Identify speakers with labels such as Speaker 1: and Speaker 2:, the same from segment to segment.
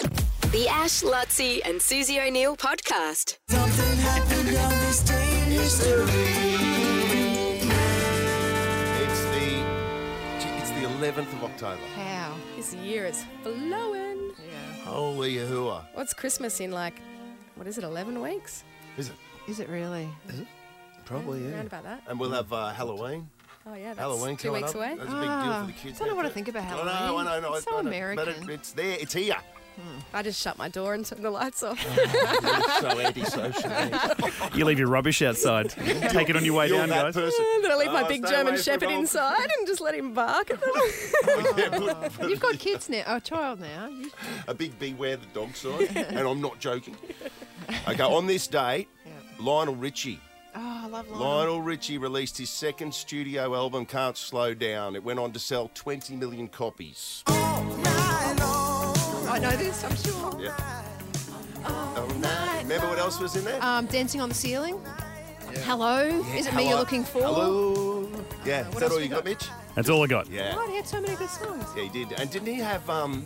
Speaker 1: The Ash, Lutzi, and Susie O'Neill podcast.
Speaker 2: Something happened on this day in history.
Speaker 3: It's the gee, it's the eleventh of October.
Speaker 4: Wow.
Speaker 5: This year is flowing.
Speaker 4: Yeah.
Speaker 3: Holy hua!
Speaker 5: What's Christmas in like, what is it, 11 weeks?
Speaker 3: Is it?
Speaker 4: Is it really?
Speaker 3: Probably yeah.
Speaker 5: Around about that.
Speaker 3: And we'll have uh, Halloween.
Speaker 5: Oh, yeah, that's
Speaker 3: Halloween
Speaker 5: two
Speaker 3: coming
Speaker 5: weeks
Speaker 3: up.
Speaker 5: away.
Speaker 3: That's a big deal for the
Speaker 4: Ah,
Speaker 3: kids.
Speaker 4: don't know
Speaker 3: now,
Speaker 4: what I
Speaker 3: too.
Speaker 4: think about
Speaker 3: I know, I
Speaker 4: Halloween.
Speaker 3: know, I know.
Speaker 4: It's
Speaker 3: I
Speaker 4: so
Speaker 3: know. But
Speaker 4: American.
Speaker 3: it, it's there. It's here.
Speaker 5: I just shut my door and turned the lights off.
Speaker 3: so antisocial.
Speaker 6: You leave your rubbish outside. Take it on your way
Speaker 3: You're
Speaker 6: down,
Speaker 3: that
Speaker 6: guys.
Speaker 3: person.
Speaker 5: then Ah, I leave my
Speaker 3: Oh,
Speaker 5: big
Speaker 3: stay
Speaker 5: German
Speaker 3: away from
Speaker 5: Shepherd
Speaker 3: all-
Speaker 5: inside and just let him bark at them.
Speaker 3: Yeah, but
Speaker 4: You've got kids now, a child now. You-
Speaker 3: a big beware the dog sign, and I'm not joking. Okay, on this date,
Speaker 4: Yeah.
Speaker 3: Lionel Richie.
Speaker 4: Oh, I love Lionel.
Speaker 3: Lionel Richie released his second studio album, Can't Slow Down. It went on to sell 20 million copies.
Speaker 2: All night long.
Speaker 4: I know this, I'm sure.
Speaker 3: Yeah. Oh, no. Remember what else was in there?
Speaker 4: Um, Dancing on the ceiling. Hello. Is it me
Speaker 3: Hello.
Speaker 4: you're looking for?
Speaker 3: Hello. Yeah. Is
Speaker 4: what
Speaker 3: that
Speaker 4: else
Speaker 3: all
Speaker 4: we
Speaker 3: you got,
Speaker 4: got?
Speaker 3: Mitch?
Speaker 6: That's all I got.
Speaker 3: Yeah.
Speaker 4: God, he had so many good songs.
Speaker 3: Yeah, he did. And didn't he have um?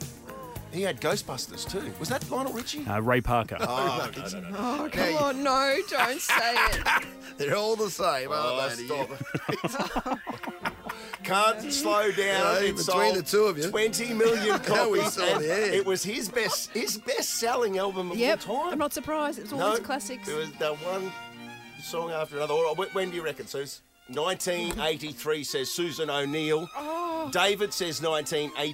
Speaker 3: He had Ghostbusters too. Was that Lionel Richie?
Speaker 6: Uh, Ray Parker.
Speaker 3: Oh, no, no, no, no.
Speaker 4: Oh, come on, no, don't say it.
Speaker 3: They're all the same, aren't they? Stop. Can't slow down. It
Speaker 7: between
Speaker 3: sold
Speaker 7: the two of you.
Speaker 3: twenty million copies.
Speaker 7: saw
Speaker 3: and
Speaker 7: the ad.
Speaker 3: It was his best, his best-selling album of
Speaker 4: Yep,
Speaker 3: all time.
Speaker 4: I'm not surprised. It was all
Speaker 3: No,
Speaker 4: his classics.
Speaker 3: It was the one song after another. All right, wh- when do you reckon, Suze? 1983 says Susan O'Neill.
Speaker 4: Oh.
Speaker 3: David says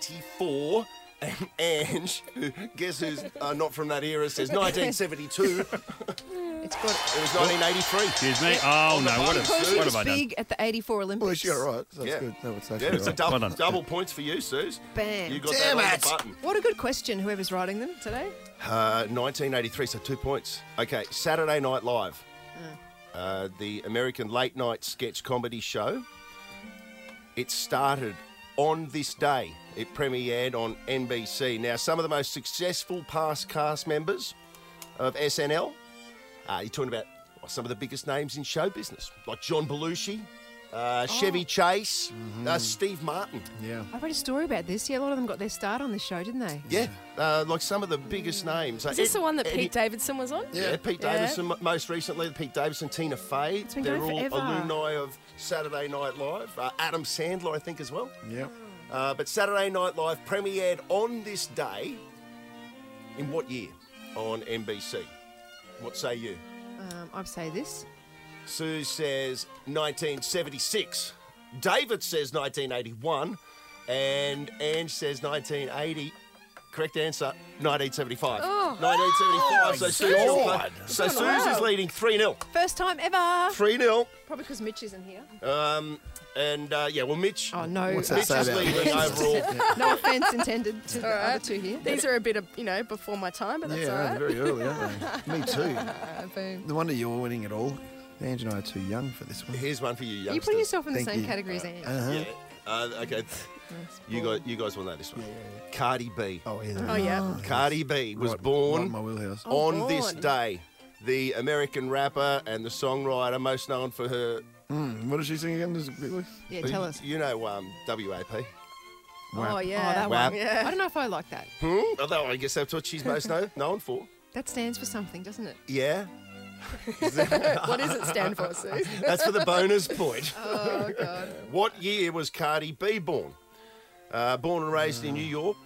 Speaker 3: 1984. And Ange, who- guess who's uh, not from that era, says 1972. It was
Speaker 4: It's got.
Speaker 3: 1983
Speaker 6: Excuse me. Oh, no. What,
Speaker 4: Because
Speaker 6: have,
Speaker 4: he
Speaker 6: what
Speaker 4: was
Speaker 6: have I done?
Speaker 4: big at the 84 Olympics.
Speaker 7: Well, you're right. So
Speaker 3: Yeah.
Speaker 7: it's good. No, it's
Speaker 3: Yeah,
Speaker 7: actually
Speaker 3: it's a
Speaker 7: right.
Speaker 3: double,
Speaker 6: Well done.
Speaker 3: double points for you, Suze.
Speaker 4: Bam.
Speaker 3: You got
Speaker 7: Damn
Speaker 3: that on
Speaker 7: it.
Speaker 3: the button.
Speaker 4: What a good question, whoever's writing them today.
Speaker 3: Uh, 1983, so two points. Okay, Saturday Night Live,
Speaker 5: Hmm.
Speaker 3: uh, the American late night sketch comedy show. It started on this day. It premiered on NBC. Now, some of the most successful past cast members of SNL. Uh, you're talking about some of the biggest names in show business, like John Belushi,
Speaker 5: Oh.
Speaker 3: uh, Chevy Chase,
Speaker 5: Mm-hmm.
Speaker 3: uh, Steve Martin.
Speaker 7: Yeah.
Speaker 4: I read a story about this. Yeah, a lot of them got their start on this show, didn't they?
Speaker 3: Yeah, uh, like some of the biggest names.
Speaker 5: Is this the one that Pete Davidson was on?
Speaker 3: Yeah, Pete
Speaker 5: Yeah.
Speaker 3: Davidson, m- most recently, Pete Davidson, Tina Fey.
Speaker 4: It's been
Speaker 3: They're
Speaker 4: going
Speaker 3: all
Speaker 4: forever.
Speaker 3: alumni of Saturday Night Live. Uh, Adam Sandler, I think, as well.
Speaker 7: Yeah.
Speaker 3: Uh, but Saturday Night Live premiered on this day in what year? On NBC. What say you?
Speaker 4: Um, I'd say this.
Speaker 3: Sue says 1976. David says 1981. And Ange says 1980. Correct answer, 1975.
Speaker 4: Oh.
Speaker 3: 1975. so Sue's, so Sue's is leading 3 0.
Speaker 4: First time ever.
Speaker 3: 3 0.
Speaker 4: Probably because Mitch isn't here.
Speaker 3: Um, and uh, yeah, well, Mitch.
Speaker 4: Oh, no.
Speaker 7: What's
Speaker 3: Mitch
Speaker 7: that
Speaker 3: is
Speaker 7: say about
Speaker 3: leading overall.
Speaker 4: No offence intended to the
Speaker 5: All right.
Speaker 4: other two here.
Speaker 5: These are a bit of, you know, before my time, but that's
Speaker 7: yeah,
Speaker 5: all right.
Speaker 7: very early, aren't they? Me too.
Speaker 4: Boom.
Speaker 7: No wonder you're winning it all. Ange and I are too young for this one.
Speaker 3: Here's one for you,
Speaker 4: Are you
Speaker 3: youngsters.
Speaker 4: putting yourself in the
Speaker 7: Thank
Speaker 4: same
Speaker 7: you.
Speaker 4: category as Anne?
Speaker 7: Uh-huh.
Speaker 3: Yeah. Uh, okay. You guys, you guys will know this one. Cardi B.
Speaker 7: Oh, yeah. Oh.
Speaker 5: Oh, yeah.
Speaker 3: Cardi B was
Speaker 7: Right- right
Speaker 3: born
Speaker 7: in my wheelhouse.
Speaker 4: Oh,
Speaker 3: on
Speaker 5: born.
Speaker 3: this day. The American rapper and the songwriter, most known for her.
Speaker 7: Mm, what does she sing again? Does it really-
Speaker 4: Yeah, tell us.
Speaker 3: You know, um, WAP.
Speaker 5: Oh,
Speaker 7: Wow.
Speaker 5: yeah.
Speaker 4: Oh, that
Speaker 3: Wap.
Speaker 4: one.
Speaker 5: Yeah.
Speaker 4: I don't know if I like that.
Speaker 3: Hmm? Although I guess that's what she's most known, known for.
Speaker 4: That stands for something, doesn't it?
Speaker 3: Yeah.
Speaker 5: what does it stand for, Sue?
Speaker 3: That's for the bonus point.
Speaker 4: Oh, God.
Speaker 3: What year was Cardi B born? Uh, born and raised in New York,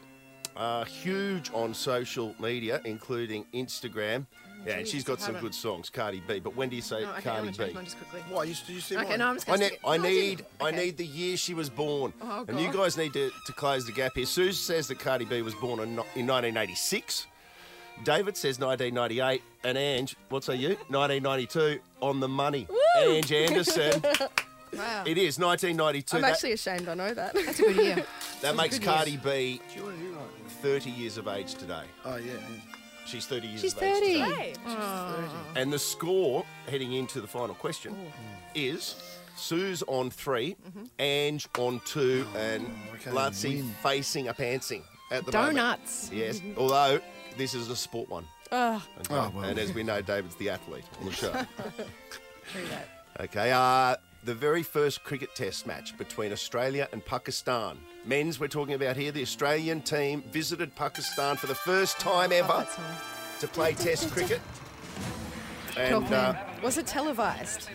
Speaker 3: uh, huge on social media, including Instagram. Yeah, and
Speaker 4: Oh, geez,
Speaker 3: she's got
Speaker 4: I
Speaker 3: some
Speaker 4: haven't-
Speaker 3: good songs, Cardi B. But when do you say
Speaker 4: No, okay, I'm
Speaker 3: Cardi
Speaker 4: going to change
Speaker 3: B?
Speaker 4: mine just quickly.
Speaker 7: Why? You, you see
Speaker 4: Okay,
Speaker 7: mine?
Speaker 4: no, I'm just
Speaker 3: I
Speaker 4: going to
Speaker 3: need, I need, I need the year she was born,
Speaker 4: Oh,
Speaker 3: and you
Speaker 4: God.
Speaker 3: guys need to, to close the gap here. Suze says that Cardi B was born in, no- in 1986. David says 1998, and Ange, what say you? 1992 on the money. Ange Anderson,
Speaker 4: Wow.
Speaker 3: it is 1992.
Speaker 5: I'm
Speaker 3: That-
Speaker 5: actually ashamed I know that.
Speaker 4: That's a good year.
Speaker 3: That makes
Speaker 4: good news.
Speaker 3: Cardi B
Speaker 7: Do you want to do like this?
Speaker 3: 30 years of age today.
Speaker 7: Oh, yeah. yeah.
Speaker 3: She's 30 years
Speaker 4: She's
Speaker 3: of age
Speaker 4: 30.
Speaker 3: today.
Speaker 4: Oh.
Speaker 3: And the score heading into the final question is Sue's on 3
Speaker 4: Mm-hmm.
Speaker 3: Ange on two, and
Speaker 7: Oh, okay,
Speaker 3: Lutzi
Speaker 7: win.
Speaker 3: facing a pantsing at the moment.
Speaker 4: Donuts.
Speaker 3: Yes, although this is a sport one.
Speaker 5: oh,
Speaker 3: Okay?
Speaker 7: Oh, well.
Speaker 3: And as we know, David's the athlete on the show.
Speaker 5: true that.
Speaker 3: okay, uh, the very first cricket test match between Australia and Pakistan. Men's, we're talking about here. The Australian team visited Pakistan for the first time ever to play test cricket. And uh,
Speaker 5: was it televised?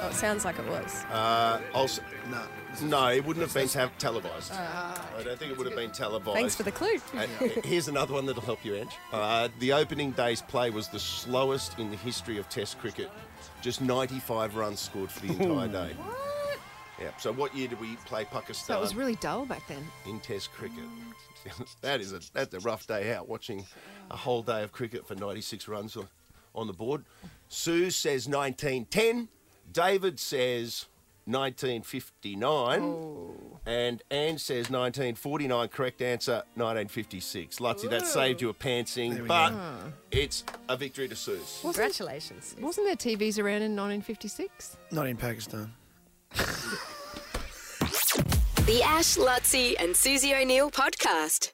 Speaker 5: Oh, it sounds like it was.
Speaker 3: uh, also, no, no, it wouldn't have been te- televised. I don't think it would have been televised.
Speaker 5: Thanks for the clue.
Speaker 3: And uh, here's another one that'll help you, Ange. Uh, the opening day's play was the slowest in the history of Test cricket. Just 95 runs scored for the entire day. Yeah. So what year did we play Pakistan
Speaker 8: So it was really dull back then.
Speaker 3: in Test cricket? that is a that's a rough day out watching a whole day of cricket for 96 runs on, on the board. Sue says 1910. David says 1959. And Anne says 1949. Correct answer 1956. Lutsy, that saved you a pantsing, but it's a victory to Sue's.
Speaker 5: Congratulations.
Speaker 8: Wasn't there TVs around in 1956?
Speaker 7: Not in Pakistan.
Speaker 1: The Ash, Lutzi, and Susie O'Neill podcast.